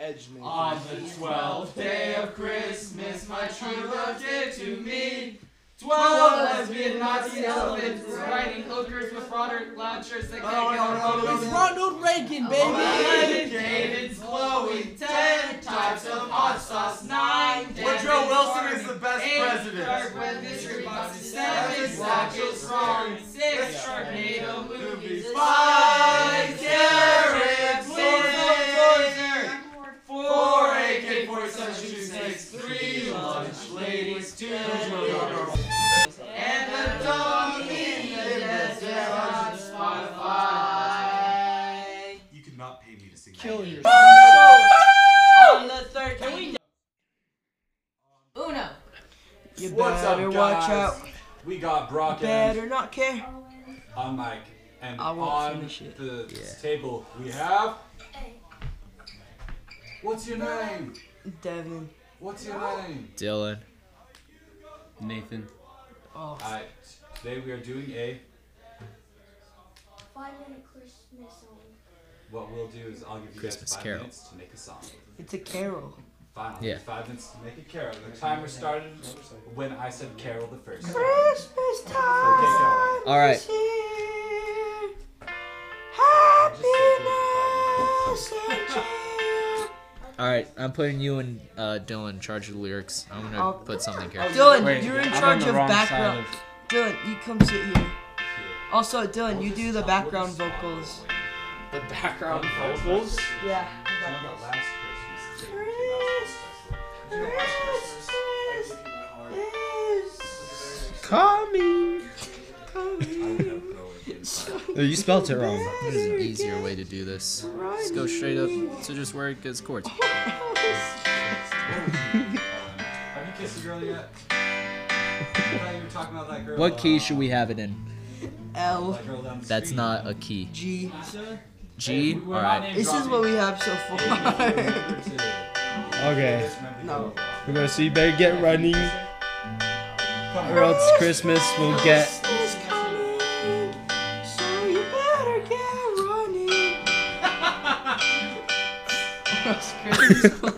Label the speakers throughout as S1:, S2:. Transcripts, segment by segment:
S1: edge me.
S2: On the twelfth day of Christmas, my true love did to me. Twelve lesbian Nazi elephants riding hookers with Roderick Launchers that
S1: Oh, no,
S2: can't
S1: no,
S2: get
S1: no,
S2: on
S1: no.
S3: It's Ronald Reagan, baby!
S2: Eleven David's Chloe, ten types of hot sauce, nine.
S1: Woodrow Wilson is the best
S2: Eight
S1: president.
S2: dark web mystery boxes, seven slouches wrong, six Sharknado movies, five Jared Flynn, four AK four seven two six, three lunch ladies, two girls, and a dog in the desert on Spotify.
S1: You could not pay me to sing.
S3: Kill
S1: that.
S3: yourself.
S4: On the third Can we Uno.
S3: You
S2: What's up,
S3: better watch
S2: guys?
S3: out.
S2: We got Brock and
S3: Better not care.
S2: I'm Mike, and
S3: I won't
S2: on
S3: finish it.
S2: the
S3: Yeah.
S2: table we have. What's your name?
S3: Devin.
S2: What's your name?
S5: Dylan. Nathan.
S3: Oh.
S2: Alright, today we are doing a.
S6: Five minute Christmas song.
S2: What we'll do is I'll give you
S5: Christmas
S2: guys five
S5: Carol.
S2: minutes to make a song.
S3: It's a carol.
S2: Fine.
S5: Yeah.
S2: Five minutes to make a carol. The timer started when I said carol the first. time.
S3: Christmas time
S5: All right.
S3: is here. Happiness and cheer.
S5: All right, I'm putting you and uh, Dylan in charge of the lyrics. I'm gonna
S3: I'll-
S5: put something here.
S3: Dylan,
S7: Wait,
S3: you're in
S7: I'm on
S3: charge
S7: the
S3: of
S7: wrong side
S3: background.
S7: of-
S3: Dylan, you come sit here. Also, Dylan,
S2: We'll
S3: you
S2: just
S3: do the
S2: stop- we'll
S3: background
S2: just stop
S3: vocals.
S2: real quick.
S7: The background
S2: Fun fact,
S7: vocals?
S3: Yeah.
S2: you know that last Christmas is taken from last Christmas.
S5: Coming.
S2: I would have no idea.
S5: You spelt it wrong. There's an easier way to do this. Just go straight up to just where it goes chords.
S2: Have you kissed a girl yet? I thought you were talking about that girl.
S5: What key
S2: uh,
S5: should we have it in?
S3: L
S2: that girl down the
S5: That's
S2: street.
S5: not a key.
S3: G.
S5: G. All right.
S3: This is what we have so far.
S7: Okay.
S3: No.
S7: We're gonna see you better get running, or
S2: Come on.
S7: else Christmas will get.
S3: Christmas coming, so you better get running. That's Christmas.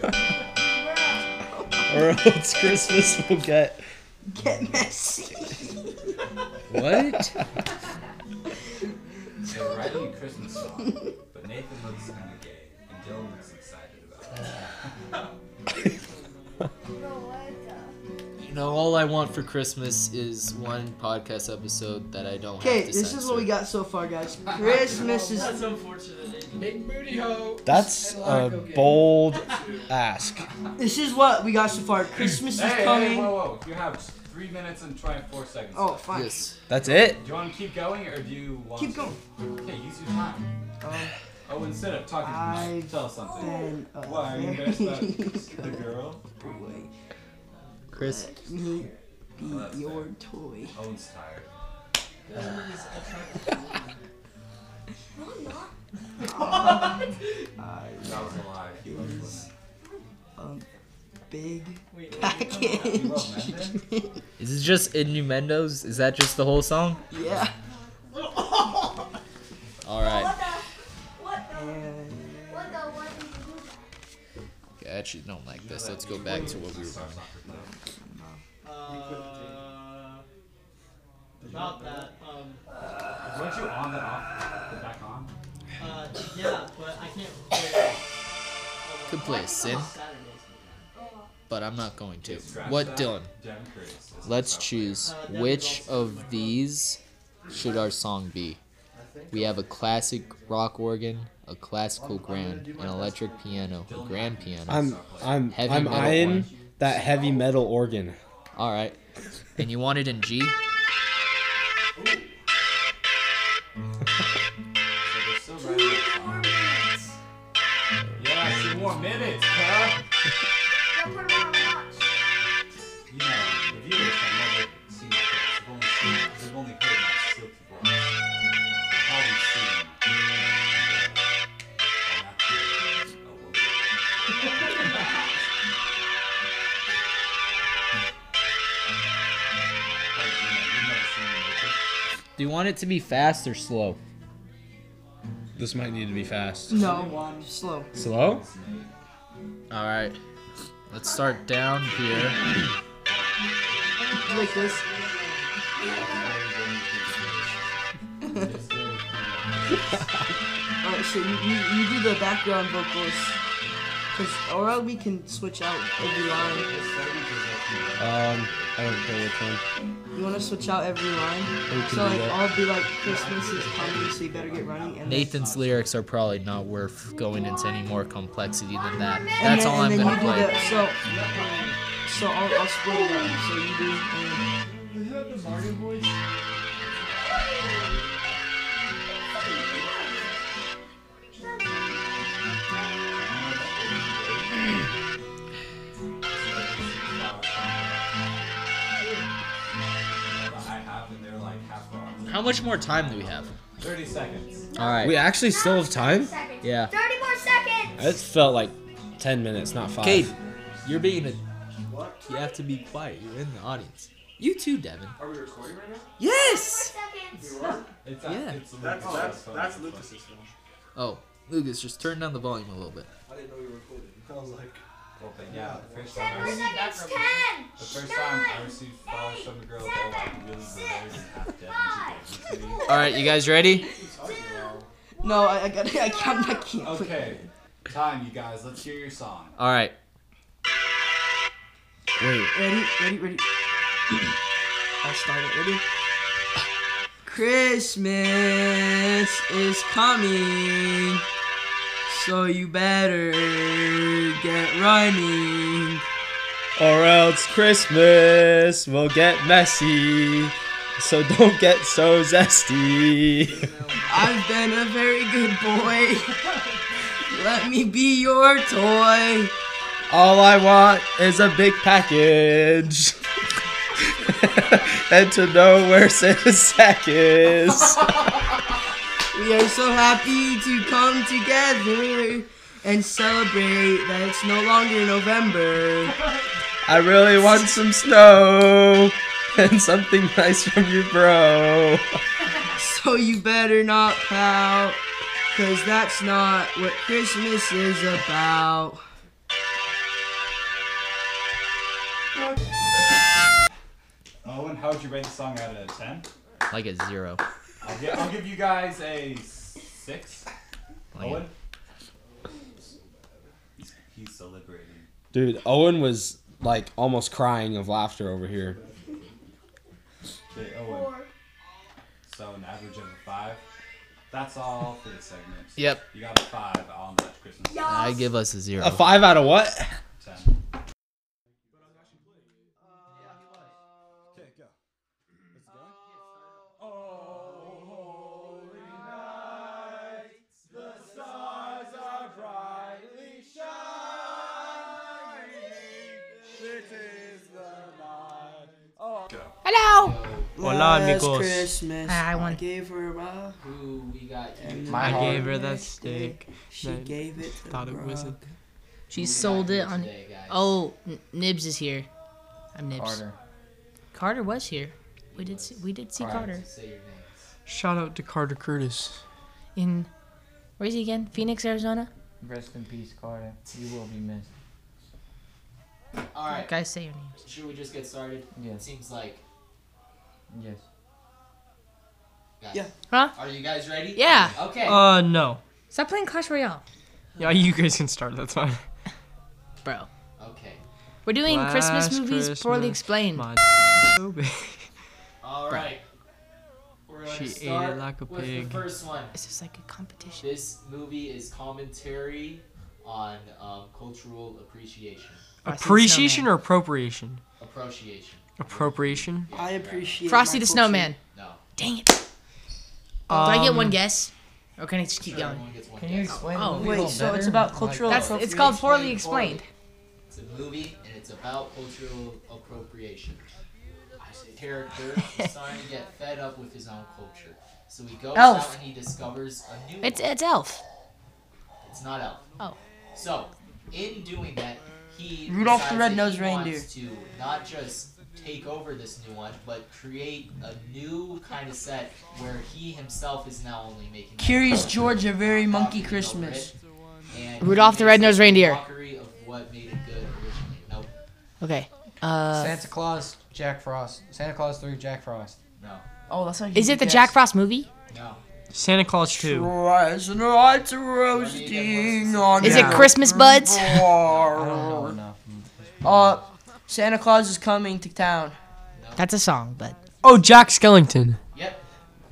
S7: Or else Christmas will get.
S3: get messy.
S5: What?
S2: They're writing a Christmas song, but Nathan looks kind of gay, and Dylan looks excited about it.
S5: You know, all I want for Christmas is one podcast episode that I don't.
S3: Okay, this is what we got so far, guys. Christmas is
S4: That's unfortunate.
S7: That's a bold ask.
S3: this is what we got so far. Christmas is
S2: Hey, hey, whoa,
S3: coming.
S2: whoa! You have three minutes and twenty-four seconds.
S3: Oh,
S2: left.
S3: fine.
S5: Yes.
S7: That's it.
S2: Do you want to keep going, or do you want?
S3: Keep
S2: to-
S3: going.
S2: Okay, use your time.
S3: Um,
S2: Oh, instead of talking,
S3: I-
S2: tell us something.
S3: Then a
S2: Why are you embarrassed about
S3: very
S2: the
S3: good
S2: girl?
S3: boy.
S5: Chris.
S3: Me be
S2: that's
S3: your
S2: fair.
S3: toy.
S2: Owen's tired.
S6: No, I'm not.
S3: I
S2: That was a lie. He loves women.
S3: big
S4: Wait,
S2: You
S3: package.
S2: love men then?
S5: Is it just innuendos? Is that just the whole song?
S3: Yeah.
S5: All right.
S6: What the? What the?
S3: And
S6: What the? Why did you do that?
S5: Okay, I actually don't like this. Let's go back to what we were.
S2: Stop, stop, stop.
S4: uh, about that. Um,
S2: Weren't you on and off? Put Back on?
S4: uh, yeah, but I can't. Play.
S5: Could play a synth.
S4: Saturdays.
S5: but I'm not going to.
S2: Okay, scratch
S5: What,
S2: that.
S5: Dylan?
S2: Damn curious. This is
S5: Let's
S2: tough.
S5: choose
S4: Uh, Debbie
S5: which
S4: Wilson, my
S5: of
S4: brother.
S5: these should our song be. We have a classic rock organ, a classical grand, an electric piano, a grand piano.
S7: I'm I'm
S5: Heavy
S7: I'm
S5: metal
S7: eyeing
S5: one.
S7: that heavy metal organ.
S5: All right. And you want it in G?
S2: So they're still writing it down. Yeah, two more minutes, huh?
S6: Don't put him on the watch.
S2: You know, the viewers have never seen my face. They've only seen, they've only heard my silky voice. They've probably seen. uh, an actor, a woman. Probably, you know, you've never seen me naked.
S5: Do you want it to be fast or slow?
S7: This might need to be fast.
S3: no, slow.
S7: Slow?
S5: All right. Let's start down here.
S3: Like this. Alright, so you, you, you do the background vocals. Cause, or we can switch out every line.
S7: Um, I don't care which one.
S3: You wanna switch out every line?
S7: We can
S3: So
S7: do
S3: like,
S7: that.
S3: I'll be like, Christmas is coming, so you better get running. And
S5: Nathan's lyrics are probably not worth going into any more complexity than that.
S3: then,
S5: That's
S3: and
S5: all I'm
S3: then,
S5: gonna
S3: and then you do
S5: play.
S3: the- So, so I'll, I'll split it up. So you do. Um,
S5: How much more time do we have?
S2: 30 seconds.
S5: All right.
S7: We actually still have time?
S6: Seconds.
S5: Yeah.
S6: 30 more seconds!
S7: That felt like 10 minutes, not 5.
S5: Cade, you're being a. You have to be quiet. You're in the audience. You too, Devin.
S2: Are we recording right now?
S5: Yes.
S6: Seconds.
S2: It's uh,
S5: Yeah.
S2: It's
S1: That's that's that's Lucas's phone.
S5: Oh, Lucas, just turn down the volume a little bit.
S1: I didn't know you were recording. I was like,
S2: Yeah, the first
S6: Ten
S2: time.
S6: more
S2: I-
S6: seconds.
S8: Back
S6: Ten.
S2: The first time I
S6: Nine,
S2: received flowers from a girl that I like really
S6: seven,
S2: was half dead and she
S6: Five.
S2: gave them to me.
S5: All right, you guys ready?
S3: no, I, I got. I can't. I can't. put-
S2: Okay, time, you guys. Let's hear your song.
S5: All right.
S7: Wait.
S3: Ready, ready, ready. I'll start it. Ready? Christmas is coming, so you better get running.
S7: Or else Christmas will get messy. So don't get so zesty.
S3: I've been a very good boy. Let me be your toy.
S7: All I want is a big package. and to know where Santa's sack is.
S3: We are so happy to come together and celebrate that it's no longer November.
S7: I really want some snow and something nice from you, bro.
S3: So you better not pout, cause that's not what Christmas is about.
S2: Owen, how would you rate the song out of 10?
S5: Like a zero.
S2: I'll, gi- I'll give you guys a 6.
S5: Like
S2: Owen?
S5: a-
S2: He's, he's so liberating.
S7: Dude, Owen was like almost crying of laughter over here.
S2: Okay, Owen.
S6: Four.
S2: So, an average of a 5. That's all for this segment.
S5: Yep.
S2: You got a 5 on that Christmas
S5: I
S6: Yas.
S5: give us a zero.
S7: A five out of what?
S2: 10.
S1: okay, go. It's going.
S3: Hola, Last Christmas, I, gave her a rock.
S8: Ooh, we got
S3: and
S2: My
S3: the
S2: heart.
S9: gave her that
S3: next day
S9: steak.
S3: She
S9: that
S3: gave it to
S9: Thought
S3: the
S9: it was
S3: bro.
S9: a
S5: We
S9: She sold
S5: got
S9: it
S5: here
S9: on.
S5: today, guys.
S9: Oh, N- Nibs is here. I'm Nibs. Carter. was here. We did see, we did see
S5: All right,
S9: Carter.
S5: say your names.
S9: Shout out to Carter Curtis. In where is he again? Phoenix, Arizona.
S10: Rest in peace, Carter. You will be missed.
S5: All right.
S9: Guys, say your names.
S5: Should we just get started? It
S10: Yes.
S5: seems like.
S10: Yes.
S5: Guys,
S3: Yeah.
S9: Huh?
S5: Are you guys ready?
S9: Yeah.
S5: Okay.
S9: Uh, no.
S10: Stop playing Clash Royale.
S9: Yeah, you guys can start. That's fine.
S10: Bro.
S5: okay.
S9: We're doing Christmas Last movies poorly Christmas, explained. My so big.
S5: All right. We're gonna
S9: She ate it
S5: start
S9: like a
S5: with
S9: pig.
S5: the first one.
S9: Is this like a competition? Oh,
S5: This movie is commentary on um, cultural appreciation,
S9: Oh, I see the Appreciation or appropriation?
S5: appreciation.
S9: Appropriation.
S5: Yeah,
S3: I
S5: right.
S3: appreciate
S9: Frosty
S3: my
S9: the
S3: culture.
S9: Snowman.
S5: No.
S9: Dang it. Do I get one guess? Or can I just keep
S5: Sure,
S9: going?
S5: everyone gets one
S10: Can you
S5: guess.
S10: explain?
S9: Oh,
S10: the movie a
S3: wait,
S10: little
S3: so
S10: better?
S3: it's about
S10: Like,
S3: cultural
S9: That's it's called poorly explained.
S5: It's a movie and it's about cultural appropriation. A character is starting to get fed up with his own culture, so he goes
S3: Oh.
S5: out
S9: Elf.
S5: and he discovers a new.
S9: It's
S5: one.
S9: it's Elf.
S5: It's not Elf.
S9: Oh.
S5: So, in doing that, he
S3: Rudolph the
S5: decides that
S3: Red-Nosed
S5: he
S3: Reindeer.
S5: wants to not just take over this new one, but create a new kind of set where he himself is now only making.
S3: Curious
S5: that
S3: George, a very
S5: copy
S3: monkey
S5: of
S3: Christmas.
S5: it, and he
S9: Rudolph the
S5: makes
S9: Red-Nosed
S5: a
S9: Reindeer.
S5: mockery of what what made it good originally. Nope.
S9: Okay. Uh,
S11: Santa Claus, Jack Frost. Santa Claus 3, Jack Frost.
S5: No.
S11: Oh, that's not.
S9: is it the Jack Frost movie?
S5: No.
S4: Santa Claus 2.
S3: Tries not to roasting on
S9: Is it
S3: the
S9: Christmas buds?
S3: bar. Uh, Santa Claus is coming to town.
S9: That's a song, but
S4: Oh, Jack Skellington.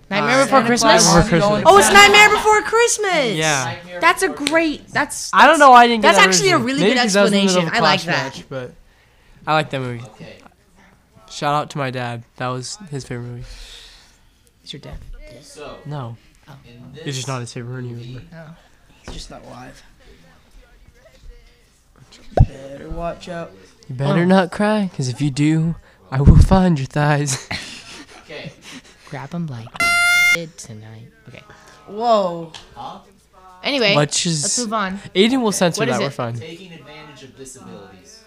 S9: Nightmare
S3: Uh,
S9: Before
S3: Santa
S9: Christmas.
S4: Claus Before Christmas.
S9: Oh, it's Nightmare Before Christmas.
S4: Yeah.
S9: That's a great. That's.
S4: I don't know why I didn't get
S9: That's
S4: that
S9: actually a
S4: originally.
S9: really
S4: Maybe
S9: good
S4: 'cause that was in the middle
S9: explanation.
S4: of a
S9: I like
S4: Clash
S9: that.
S4: match, but I like that movie. Shout out to my dad. That was his favorite movie.
S9: It's your dad.
S5: So,
S4: No.
S5: in this
S4: It's just not his favorite movie.
S9: Oh.
S3: He's just not live. Better watch out.
S4: You
S9: Oh.
S4: better not cry, because if you do, I will find your thighs.
S5: Okay.
S9: Grab him like it tonight. Okay.
S3: Whoa.
S9: Anyway,
S4: Let's just-
S9: let's move on.
S4: Aiden will censor
S9: What is
S4: that. We're
S9: it?
S4: fine.
S5: Taking advantage of disabilities.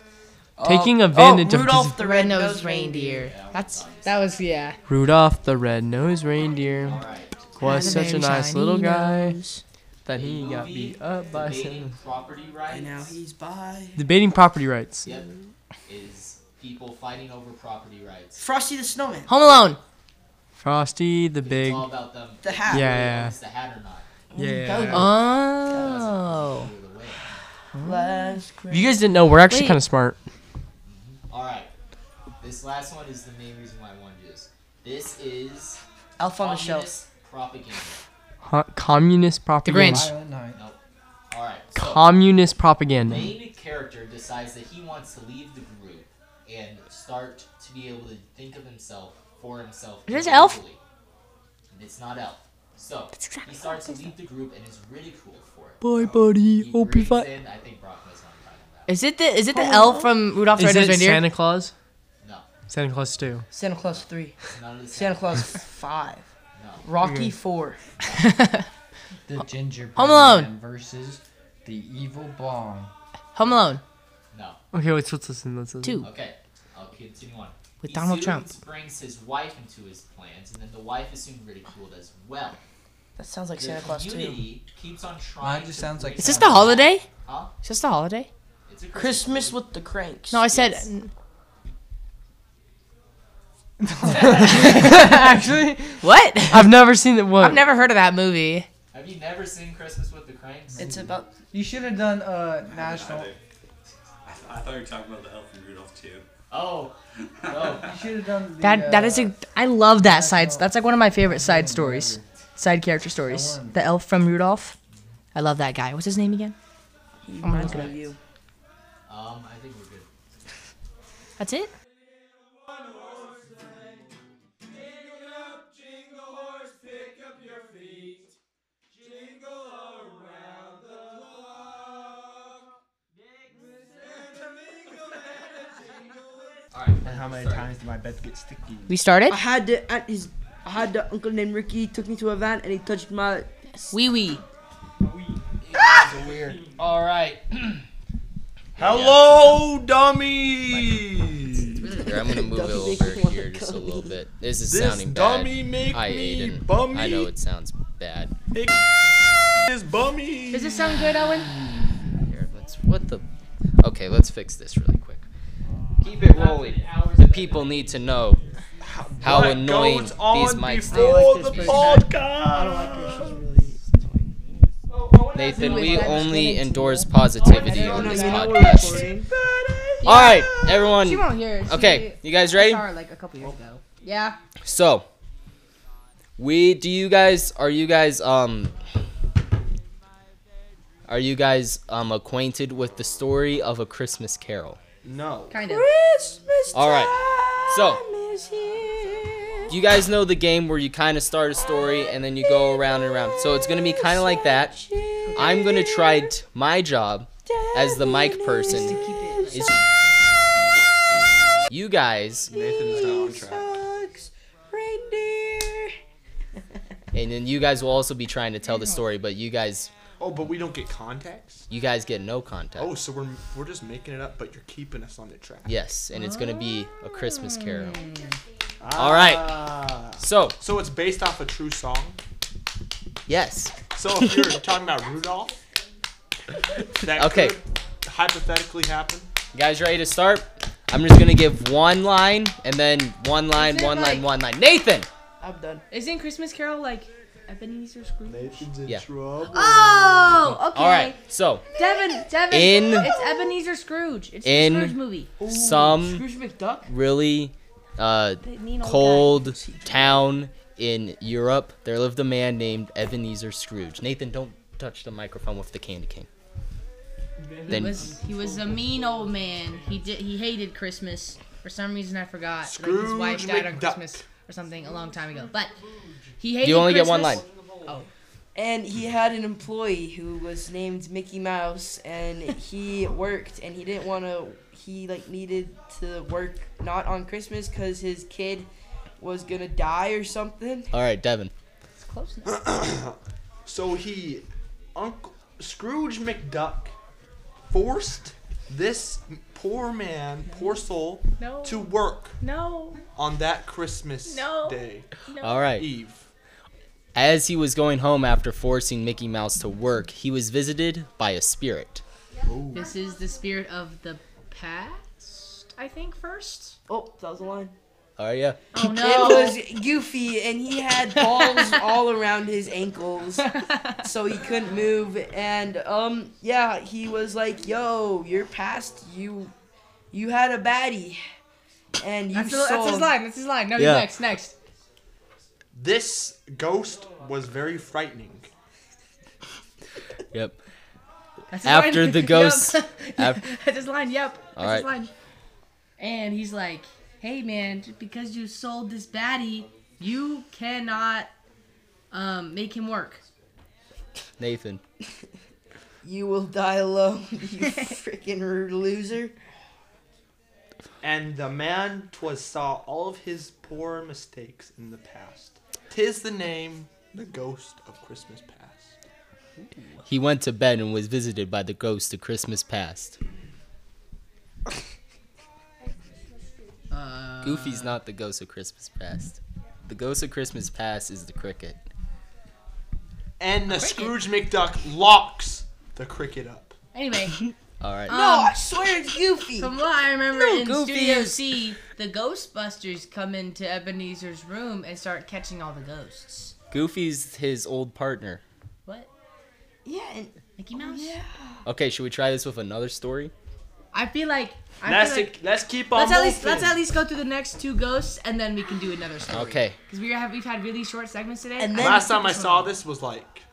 S3: Oh,
S4: Taking advantage of
S9: Rudolph
S4: dis-
S9: the Red-Nosed Reindeer. That's that was yeah.
S4: Rudolph the Red-Nosed Reindeer was
S9: Had a
S4: such a
S9: very
S4: nice little
S9: shiny
S4: guy
S9: nose.
S4: that he got beat up by some.
S5: property rights.
S3: And now he's by.
S4: Debating property rights.
S5: Yep. Is people fighting over property rights.
S3: Frosty the Snowman.
S9: Home Alone.
S4: Frosty the Big.
S5: It's all about them.
S3: The hat.
S4: Yeah, yeah.
S5: Is the hat or not?
S4: Yeah.
S9: Oh.
S3: Last
S9: Uh-huh.
S4: If you guys didn't know, we're actually
S9: Wait.
S4: kind of smart.
S5: All right. This last one is the main reason why I wanted to do this. This is
S3: Elf on the
S5: communist
S3: Shelf.
S5: propaganda.
S4: Huh? Communist propaganda.
S5: Nope. All right. So,
S4: Communist propaganda.
S5: main character decides that he wants to leave the group and start to be able to think of himself for himself.
S9: Is this Elf?
S5: individually. And It's not elf. So
S9: exactly
S5: he starts to leave the group and is ridiculed for it.
S4: Bye, buddy.
S5: He
S4: Hope you
S5: brings
S4: fight.
S5: in, I think Brock knows what I'm talking about.
S9: Is it the is it the elf from Rudolph the
S4: Is
S9: Red-Nosed
S4: it
S9: Reindeer?
S4: Santa Claus?
S5: No.
S4: Santa Claus too.
S3: Santa Claus 3.
S5: None of this
S3: Santa
S5: happened.
S3: Claus 5.
S5: No.
S3: Rocky 4.
S11: The Ginger
S9: Home Alone.
S11: Man versus the Evil Bomb.
S9: Home Alone.
S5: No.
S4: Okay, let's let's listen. Let's listen.
S9: Two.
S5: Okay, I'll continue on.
S9: With
S5: He
S9: Donald
S5: soon
S9: Trump.
S5: brings his wife into his plans, and then the wife is soon ridiculed as well.
S3: That sounds like
S5: the
S3: Santa Claus 2.
S5: community keeps on trying.
S11: just
S5: to
S11: sounds like
S5: break
S9: Is this
S5: down-
S9: the holiday?
S5: Huh?
S9: Is this the holiday?
S5: It's a
S3: Christmas with the Cranks.
S9: No, I said.
S5: Yes.
S4: Actually,
S9: What?
S4: I've never seen that one.
S9: I've never heard of that movie.
S5: Have you never seen Christmas with the Cranks?
S3: It's about.
S11: You should have done uh, national.
S2: I, I thought you were talking about the elf from Rudolph too.
S5: oh, no.
S11: You should have done. The,
S9: That that
S11: uh,
S9: is a. I love that side.
S11: National-
S9: That's like one of my favorite side stories, side character stories.
S11: one.
S9: The elf from Rudolph. I love that guy. What's his name again?
S3: He
S9: Oh my
S3: reminds me
S9: God.
S3: of you.
S5: Um, I think we're good.
S9: That's it.
S5: All right.
S11: And how many times did my bed get sticky?
S9: We started.
S3: I had the aunt, his, I had the uncle named Ricky took me to a van and he touched my.
S9: Wee wee.
S5: It's weird. All right.
S1: Hello, dummy.
S5: I'm gonna move
S3: Doesn't make me wanna come.
S5: bit. This is
S1: This dummy make
S5: Hi,
S1: me
S5: Aiden.
S1: bummy.
S5: sounds bad.
S1: is bummy.
S9: Does it sound good, Owen?
S5: Here, let's. What the? Okay, let's fix this really quick. Keep it rolling. The people need to know how
S1: What
S5: annoying
S1: goes on
S5: these mics
S1: before
S5: are.
S1: the podcast?
S5: Nathan,
S9: Wait,
S5: we
S9: I'm just
S5: only
S9: gonna-
S5: endorse
S3: Oh,
S5: positivity on this podcast. All right,
S9: She
S5: everyone.
S9: won't hear it. She
S5: Okay, you guys ready?
S9: saw her, like a couple years ago. Yeah.
S5: So, we do you guys are you guys um are you guys um acquainted with the story of a Christmas Carol?
S1: No.
S9: Kind of.
S5: All right. So, do you guys know the game where you kind of start a story and then you go around and around? So it's gonna be kind of like that. I'm gonna try t- my job as the mic person. Is you guys,
S1: Nathan is not on track.
S5: and then you guys will also be trying to tell the story, but you guys,
S1: Oh, but we don't get context.
S5: you guys get no contact.
S1: Oh, so we're we're just making it up, but you're keeping us on the track.
S5: Yes, and it's gonna be a Christmas Carol.
S3: Mm.
S1: All
S5: right.
S3: Ah.
S1: right.
S5: So
S1: Ah. So it's based off a true song.
S5: yes,
S1: So if you're talking about Rudolph, that
S5: Okay.
S1: could hypothetically happen?
S5: You guys ready to start? I'm just gonna give one line and then one line,
S3: Is it
S5: one line,
S3: like-
S5: one line. Nathan.
S3: I'm done. Isn't Christmas Carol like Ebenezer Scrooge?
S1: Nathan's
S5: in Yeah.
S1: trouble.
S3: Oh, okay.
S5: All right. So
S3: Devin, Devin,
S5: In-
S3: it's Ebenezer Scrooge. It's
S5: in
S3: the Scrooge movie.
S5: some
S3: McDuck.
S5: really uh,
S3: They mean old
S5: cold town in Europe, there lived a man named Ebenezer Scrooge. Nathan, don't touch the microphone with the candy cane.
S9: He
S5: Then-
S9: was he was a mean old man. He did he hated Christmas for some reason I forgot. like his wife
S1: Scrooge
S9: died on
S1: McDuck.
S9: Christmas or something a long time ago. But he hated.
S5: You only get one
S9: Christmas. Oh,
S3: And he had an employee who was named Mickey Mouse, and he worked, and he didn't want to. He like needed to work not on Christmas because his kid was gonna die or something.
S5: All right, Devin.
S3: It's close enough.
S1: So he, Uncle Scrooge McDuck, forced this poor man, poor soul,
S3: No.
S1: to work
S3: No.
S1: on that Christmas
S3: No.
S1: day.
S5: All right.
S1: Eve.
S5: As he was going home after forcing Mickey Mouse to work, he was visited by a spirit.
S9: this is the spirit of the past. I think first.
S3: Oh, that was a line.
S5: All right, yeah.
S9: Oh
S3: It was goofy, and he had balls all around his ankles, so he couldn't move. And um, yeah, he was like, "Yo, you're past you. You had a baddie, and you
S9: That's,
S3: sold."
S9: that's his line. That's his line. No, you
S1: Yeah.
S9: next. Next.
S1: This ghost was very frightening.
S5: Yep.
S9: That's his
S5: After
S9: line.
S5: the
S9: Yep.
S5: ghost. af-
S9: That's his line. Yep.
S5: All
S9: That's his
S5: right.
S9: line. And he's like, "Hey, man, just because you sold this baddie, you cannot um, make him work."
S5: Nathan.
S3: You will die alone, you freaking rude loser.
S1: And the man twas saw all of his poor mistakes in the past. Tis the name, the ghost of Christmas past.
S5: He went to bed and was visited by the ghost of Christmas past.
S9: Uh,
S5: Goofy's not the ghost of Christmas past. The ghost of Christmas past is the cricket.
S1: And the Scrooge McDuck locks the cricket up.
S9: Anyway.
S5: All right.
S9: Um,
S3: swear it's Goofy.
S9: From what I remember
S3: No,
S9: in
S3: Goofy
S9: Studio
S3: is-
S9: C, the Ghostbusters come into Ebenezer's room and start catching all the ghosts.
S5: Goofy's his old partner.
S9: What?
S3: Yeah, and
S9: Mickey
S5: Oh,
S9: Mouse. yeah.
S5: Okay, should we try this with another story?
S9: I feel like. I
S5: Let's
S9: feel like
S1: let's keep
S9: Let's at least let's at least go through the next two ghosts and then we can do another story.
S5: Okay.
S9: Because we have we've had really short segments today.
S1: And last time I saw this was like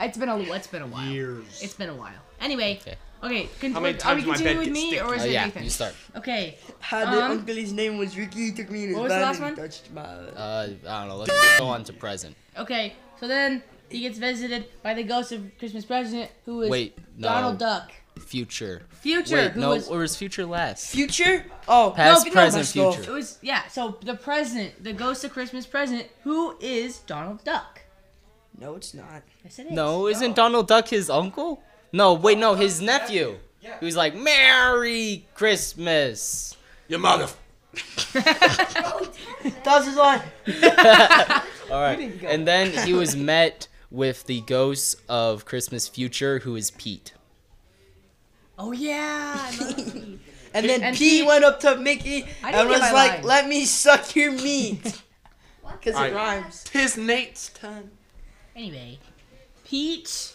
S9: it's been a it's been a while.
S1: years.
S9: It's been a while. Anyway. Okay. Can,
S1: How many
S9: are we
S1: times my
S9: continuing
S1: bed
S9: with
S1: gets
S9: me
S1: sticky?
S9: or is
S1: Oh,
S9: it
S1: yeah,
S9: Nathan?
S5: you start.
S9: Okay.
S3: Had the
S9: um,
S3: uncle his name was Ricky. He took me in his
S9: what was the
S3: bed
S9: last
S3: and
S9: one?
S3: touched my.
S5: Uh, I don't know. Let's just go on to present.
S9: Okay, so then he gets visited by the ghost of Christmas President, who is
S5: Wait, no.
S9: Donald Duck.
S5: Future.
S9: Future,
S5: Wait,
S9: who
S5: no,
S9: was-
S5: or was future last?
S3: Future? Oh,
S5: Past,
S9: but
S5: present,
S9: but
S5: future.
S9: It was yeah. So the president, the ghost of Christmas Present, who is Donald Duck?
S3: No, it's not.
S9: Yes, it is.
S5: No, isn't Donald Duck his uncle? No, wait, no, his nephew. Who's like Merry Christmas.
S1: You mother.
S3: That's his line.
S5: All right. And then he was met with the ghost of Christmas Future, who is Pete.
S9: Oh yeah.
S3: And then P went up to Mickey
S9: I
S3: and
S9: didn't get
S3: was
S9: my
S3: like,
S9: line.
S3: "Let me suck your meat," because
S1: Alright.
S3: it rhymes.
S1: Tis Nate's turn.
S9: Anyway, Pete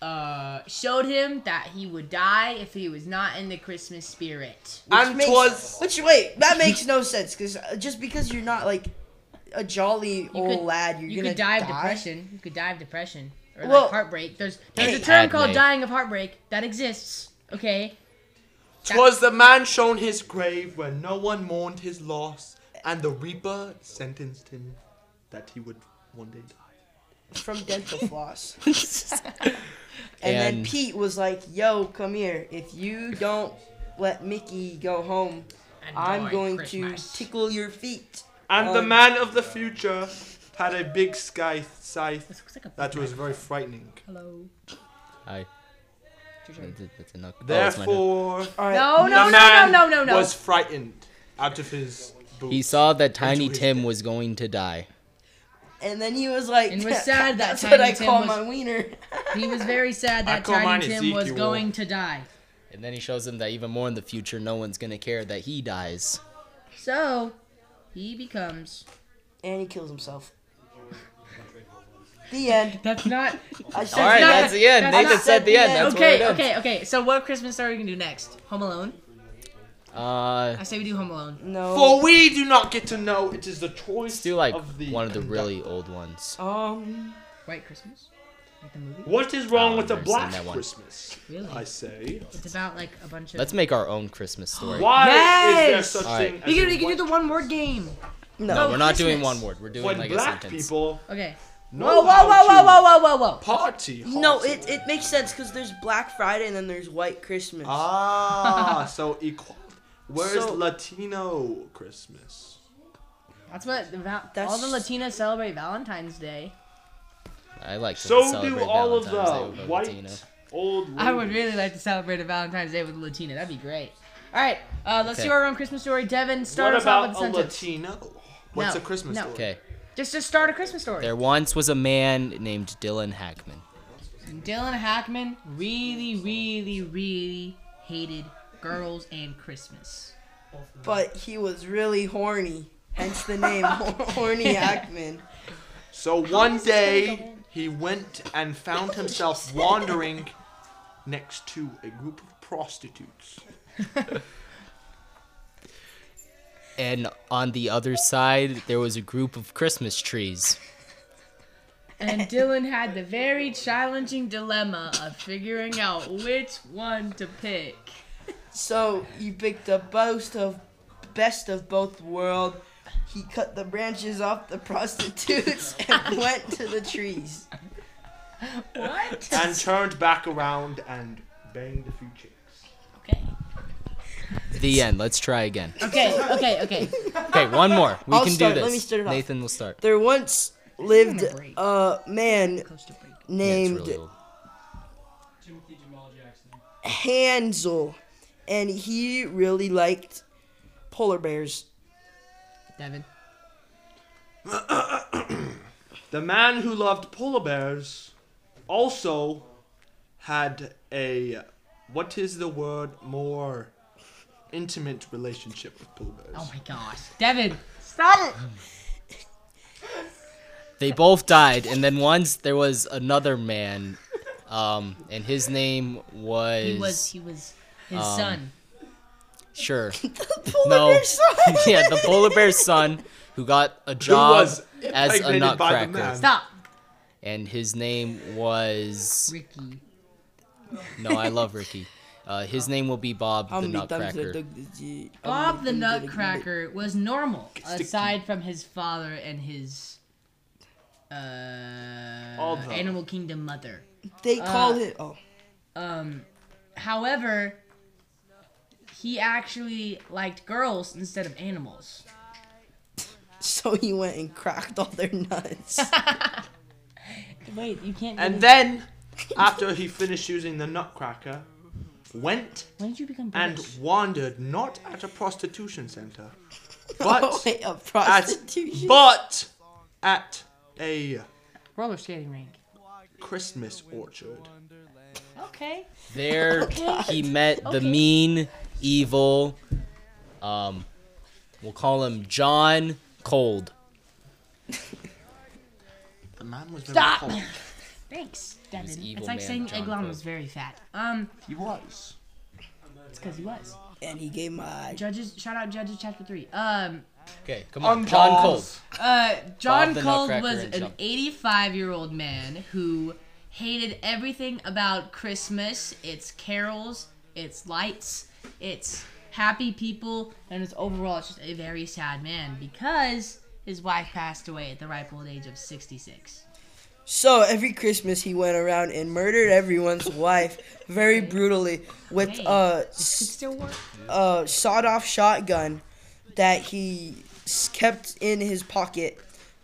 S9: uh showed him that he would die if he was not in the Christmas spirit.
S3: Which makes, which wait, that makes no sense because just because you're not like a jolly old
S9: could-
S3: lad, you're
S9: you
S3: gonna
S9: could die of
S3: die?
S9: depression. You could die of depression or
S3: Well-
S9: like heartbreak. There's there's a
S1: Hey.
S9: term called
S1: Admit.
S9: dying of heartbreak that exists. Okay.
S1: Twas the man shown his grave where no one mourned his loss, and the reaper sentenced him that he would one day die.
S3: from dental floss. and then
S1: And-
S3: Pete was like, "Yo, come here. If you don't let Mickey go home, I'm
S1: Annoy
S3: going
S1: Christmas."
S3: to tickle your feet."
S1: And the
S3: Um,
S1: man of the future had a big sky scythe
S9: a
S1: that was very frightening.
S9: Hello.
S5: Hi.
S9: turn.
S5: That's a knock- oh, it's my turn.
S1: Therefore,
S3: Oh,
S9: No, no,
S1: um, the
S9: no, no,
S1: man
S9: no, no, no.
S1: was frightened out of his boots.
S5: He saw that Tiny Tim was going to die.
S3: And then he was like,
S9: And was sad that
S3: that's what
S9: Tiny
S3: I
S9: Tim
S3: call
S9: was-
S3: my wiener."
S9: He was very sad
S5: I
S9: that
S5: call
S9: Tiny
S5: mine
S9: Tim was
S5: Ezekiel.
S9: going to die.
S5: And then he shows him that even more in the future, no one's gonna care that he dies.
S9: So, he becomes.
S3: And he kills himself. The end.
S9: That's not.
S3: That's
S5: All right, that's the end. Nathan said the end. That's
S9: okay,
S5: where it
S9: okay, okay. So what Christmas are we gonna do next? Home Alone.
S5: Uh,
S9: I say we do Home Alone.
S3: No.
S1: For we do not get to know. It is the choice
S5: do like
S1: of the
S5: one of the really old ones.
S3: Um,
S9: White Christmas. Like the movie.
S1: What is wrong
S5: Oh,
S1: with the
S5: I've never seen
S1: black
S5: that one.
S1: Christmas?
S9: Really?
S1: I say.
S9: It's about like a bunch of.
S5: Let's make our own Christmas story.
S1: Why is there
S9: Yes.
S1: such
S5: All
S1: thing
S5: right.
S1: as
S9: You can,
S1: a
S9: you can do the one word game.
S5: No, we're not doing one word. We're doing
S1: When
S5: like
S1: black
S5: a sentence.
S1: people
S9: Okay.
S1: know
S3: whoa, whoa,
S1: how
S3: whoa, whoa,
S1: to
S3: whoa, whoa, whoa, whoa.
S1: Party.
S3: No, it, it makes sense because there's Black Friday and then there's White Christmas.
S1: Ah, so equal. Where's
S3: So-
S1: Latino Christmas?
S9: That's what the val-
S3: That's-
S9: all the Latinas celebrate Valentine's Day.
S5: I like to
S1: So do
S5: celebrate
S1: all of
S5: Valentine's Day
S1: the
S5: with
S1: white
S5: Latino.
S1: old.
S9: I would really like to celebrate a Valentine's Day with a Latina. That'd be great. All right, uh, let's
S5: Okay.
S9: do our own Christmas story. Devin, start
S1: What
S9: us off
S1: about
S9: with a
S1: a
S9: sentence.
S1: Latino? What's
S9: No,
S1: a Christmas
S9: no.
S1: story?
S5: Okay.
S9: Just just start a Christmas story.
S5: There once was a man named Dylan Hackman.
S9: Dylan Hackman really, really, really hated girls and Christmas.
S3: But he was really horny, hence the name Horny Hackman.
S1: So one day he went and found himself wandering next to a group of prostitutes.
S5: And on the other side, there was a group of Christmas trees.
S9: And Dylan had the very challenging dilemma of figuring out which one to pick.
S3: So he picked the best of best of both world. He cut the branches off the prostitutes and went to the trees.
S9: What?
S1: and turned back around and banged a few chicks.
S5: The end. Let's try again.
S9: Okay, okay, okay.
S5: Okay, one more. We
S3: I'll
S5: can
S3: start.
S5: do this.
S3: Let me start it off.
S5: Nathan will start.
S3: There once lived a man named
S2: Timothy Jamal Jackson.
S3: Hansel, and he really liked polar bears.
S9: Devin.
S1: The man who loved polar bears also had a what is the word more intimate relationship with polar bears.
S9: Oh my gosh. Devin, stop it.
S5: They both died, and then once there was another man, um, and his name was.
S9: He was he was his
S5: um,
S9: son.
S5: Sure. no. yeah, the polar bear's son who got a job
S1: was
S5: as a
S1: impregnated by the
S5: nutcracker.
S1: man.
S9: Stop.
S5: And his name was.
S9: Ricky.
S5: No, I love Ricky. Uh, his name will be Bob
S3: How
S5: the
S3: many times I
S5: Nutcracker.
S3: dug this G-
S9: Bob the Nutcracker was normal aside from his father and his uh
S3: Although-
S9: Animal Kingdom mother.
S3: They call
S9: Uh,
S3: it. Oh,
S9: Um, however, he actually liked girls instead of animals.
S3: so he went and cracked all their nuts.
S9: Wait, you can't.
S1: And then after he finished using the nutcracker, went
S9: when did you become
S1: and
S9: British?
S1: wandered not at a prostitution center,
S3: Oh,
S1: but
S3: wait, a
S1: at,
S3: prostitution.
S1: but at a
S9: roller skating rink.
S1: Christmas orchard.
S9: Okay.
S5: There,
S9: Okay.
S5: he met the
S9: Okay.
S5: mean, evil. Um, we'll call him John Cold.
S1: The man was very
S9: Stop.
S1: cold.
S9: Thanks, Devin.
S5: evil
S9: It's like
S5: man,
S9: saying
S5: John
S9: Eglon
S5: Pope.
S9: was very fat. Um,
S1: He was.
S9: it's because he was.
S3: and he gave my.
S9: Judges, shout out Judges chapter three. Um,
S5: Okay, come on, John Cold.
S9: uh, John
S5: the
S9: Cold
S5: Nutcracker
S9: was
S5: and
S9: an
S5: John-
S9: 85 year old man who hated everything about Christmas. Its carols, its lights, its happy people, and its overall it's just a very sad man because his wife passed away at the ripe old age of 66.
S3: So every Christmas he went around and murdered everyone's wife very brutally with
S9: Hey,
S3: a
S9: Could
S3: s-
S9: still work.
S3: a sawed-off shotgun that he s- kept in his pocket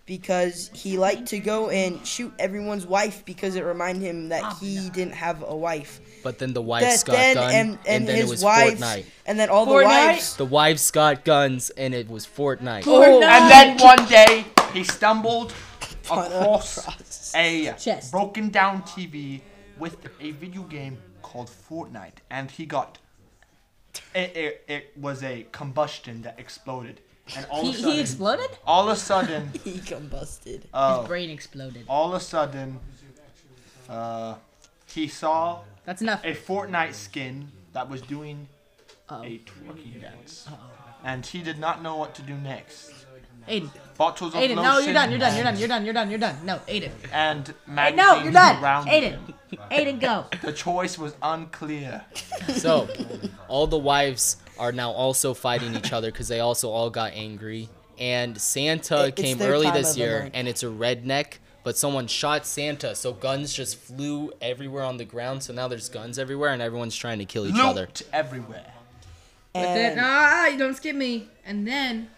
S3: because he liked to go and shoot everyone's wife because it reminded him that he didn't have a wife.
S5: But then the wives
S3: That
S5: got
S3: then-
S5: guns,
S3: and-
S5: and,
S3: and
S5: then
S3: his
S5: it was
S3: wives-
S5: Fortnite.
S3: And then all the wives.
S5: The wives got guns, and it was Fortnite.
S3: Oh,
S1: And then one day he stumbled across a broken down TV with a video game called Fortnite, and he got it. It, it was a combustion that exploded, and all
S9: He-
S1: of a
S9: he
S1: sudden,
S9: exploded?
S1: All of a sudden,
S3: he combusted.
S9: His brain exploded.
S1: All of a sudden, uh, he saw
S9: that's enough.
S1: A Fortnite skin that was doing
S9: Oh.
S1: a twerking dance, and he did not know what to do next.
S9: Aiden.
S1: Bottles of
S9: Aiden, no,
S1: lotion
S9: you're done. You're done. You're done.
S1: and-
S9: You're done. You're done. You're done. No, Aiden.
S1: and
S9: Hey,
S1: magazines
S9: no, you're done.
S1: around
S9: Aiden.
S1: him.
S9: Aiden, go.
S1: The choice was unclear.
S5: So, all the wives are now also fighting each other because they also all got angry. And Santa
S3: it's
S5: came
S3: their
S5: early
S3: time of
S5: this
S3: the
S5: year,
S3: month.
S5: and it's a redneck. But someone shot Santa, so guns just flew everywhere on the ground. So now there's guns everywhere, and everyone's trying to kill each other.
S1: everywhere.
S9: But then, ah, you don't skip me. And then,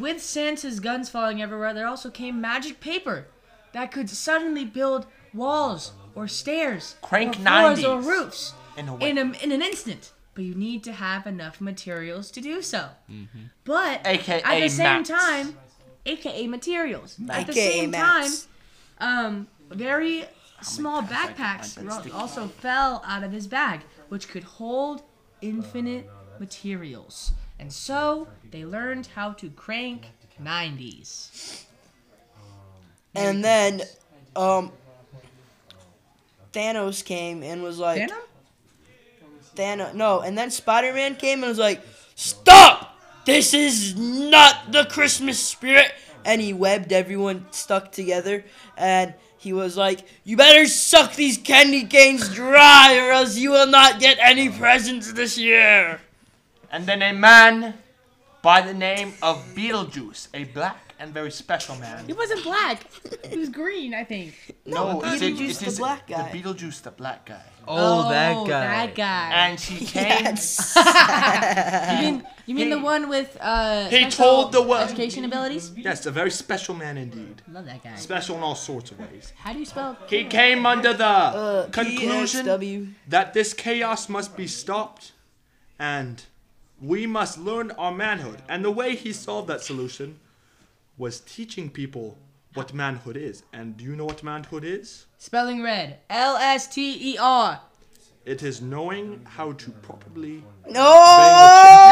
S9: with Santa's guns falling everywhere, there also came magic paper that could suddenly build walls or stairs
S1: Crank
S9: or floors
S1: 90s
S9: or roofs
S1: in a
S9: in, a, in an instant. But you need to have enough materials to do so. But
S1: AKA
S9: at the same
S1: mats.
S9: time, aka materials. At the
S3: AKA
S9: same
S3: mats.
S9: time, um, very small backpacks
S3: been
S9: ro-
S3: sticking
S9: also fell out of his bag, which could hold infinite materials. And so they learned how to crank 90s.
S3: And then, um, Thanos came and was like,
S9: Venom?
S3: Thanos, no, and then Spider Man came and was like, Stop! This is not the Christmas spirit! And he webbed everyone stuck together, and he was like, You better suck these candy canes dry, or else you will not get any presents this year!
S1: And then a man by the name of Beetlejuice, a black and very special man.
S9: He wasn't black. He was green, I think.
S1: it's
S3: Beetlejuice the black guy.
S1: The Beetlejuice, the black guy.
S9: Oh, that Oh, guy. that guy.
S1: And he came.
S9: you mean you mean the one with uh
S1: He
S9: special
S1: told the one-
S9: education abilities?
S1: Yes, a very special man indeed.
S9: Love that guy.
S1: Special in all sorts of ways.
S9: How do you spell?
S1: He came under the
S3: Uh,
S1: conclusion that this chaos must be stopped and we must learn our manhood. And the way he solved that solution was teaching people what manhood is. And do you know what manhood is?
S9: Spelling red. L S T E R.
S1: It is knowing how to properly.
S3: No!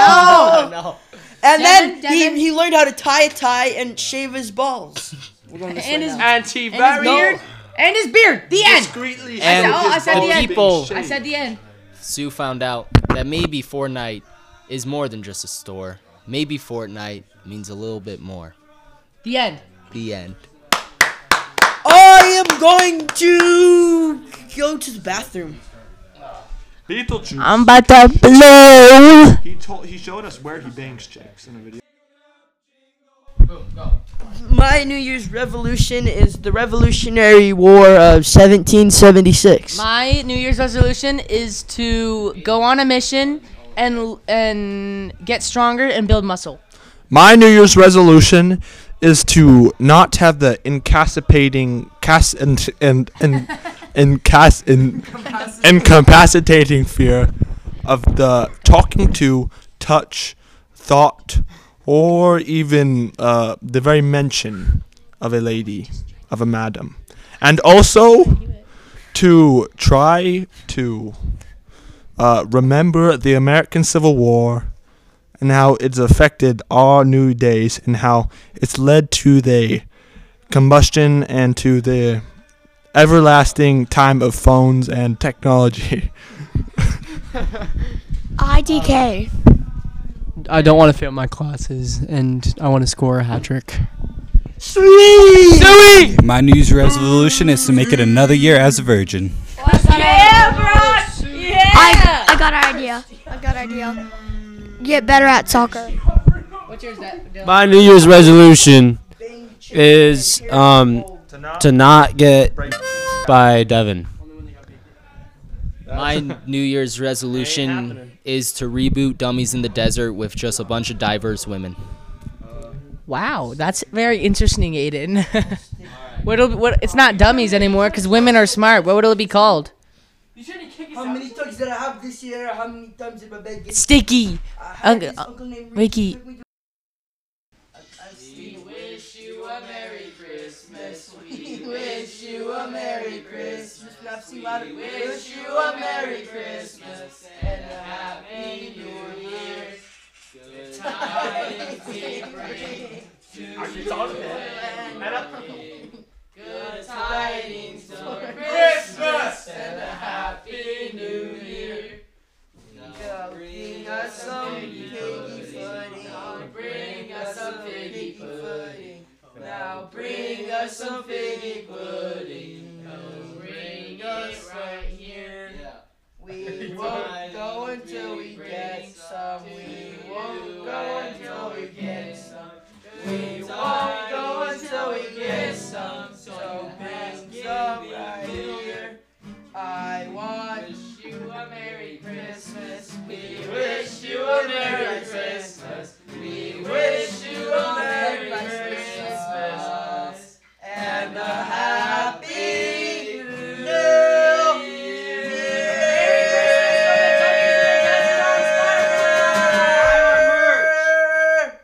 S1: No! No.
S3: And
S9: Devin,
S3: then He, he learned how to tie a tie and shave his balls. We're going this
S9: And
S3: way
S9: his-
S3: now.
S1: And he
S9: And his
S3: very-
S9: beard. And his beard. The end.
S1: Discreetly.
S9: I said,
S5: And
S9: oh, I said
S5: the
S9: the end.
S5: people-
S9: I said the end.
S5: Sue found out that maybe Fortnite is more than just a store. Maybe Fortnite means a little bit more.
S9: The end.
S5: The end.
S3: I am going to go to the bathroom.
S1: Beetlejuice.
S3: I'm about to blow.
S1: He told. He showed us where he bangs chicks in a video.
S3: My New Year's revolution is the Revolutionary War of 1776.
S9: My New Year's resolution is to go on a mission and and get stronger and build muscle.
S1: My New Year's resolution is to not have the incapacitating cas and and and and cas and incapacitating fear of the talking to, touch, thought, or even uh, the very mention of a lady, of a madam, and also to try to uh, remember the American Civil War and how it's affected our new days and how it's led to the combustion and to the everlasting time of phones and technology.
S6: IDK.
S4: I don't want to fail my classes, and I want to score a hat trick.
S3: Sweet! Sweet!
S12: My New Year's resolution is to make it another year as a virgin.
S6: Yeah, bro. Yeah. I, I got an idea. I got an idea. Get better at soccer.
S9: What's yours, that?
S13: My New Year's resolution is um to not get by Devin.
S5: My New Year's resolution is to reboot Dummies in the Desert with just a bunch of diverse women.
S9: Wow, that's very interesting, Aiden. What'll what? It's not dummies anymore because women are smart. What would it be called?
S3: How many tugs did I have this year? How many times did my bed get
S9: Sticky.
S3: I had
S9: Uncle,
S3: this uncle named
S9: Ricky.
S2: We wish you a Merry Christmas. We wish you a Merry Christmas.
S3: Snaps you out of
S2: Wish you a Merry Christmas and a Happy New Year. Good tidings we bring to you and me. Good tidings of Christmas and a Happy New Year. Now bring us some piggy pudding. Now bring us some piggy pudding. Now bring us some piggy pudding. Come bring us right here. We won't go until we get some. We won't go until we get some. We won't go until we get some. So bring some right here. I want you a Merry Christmas. We wish you a Merry Christmas. We wish you a Merry Christmas and a Happy New Year.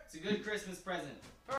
S2: It's a good Christmas present.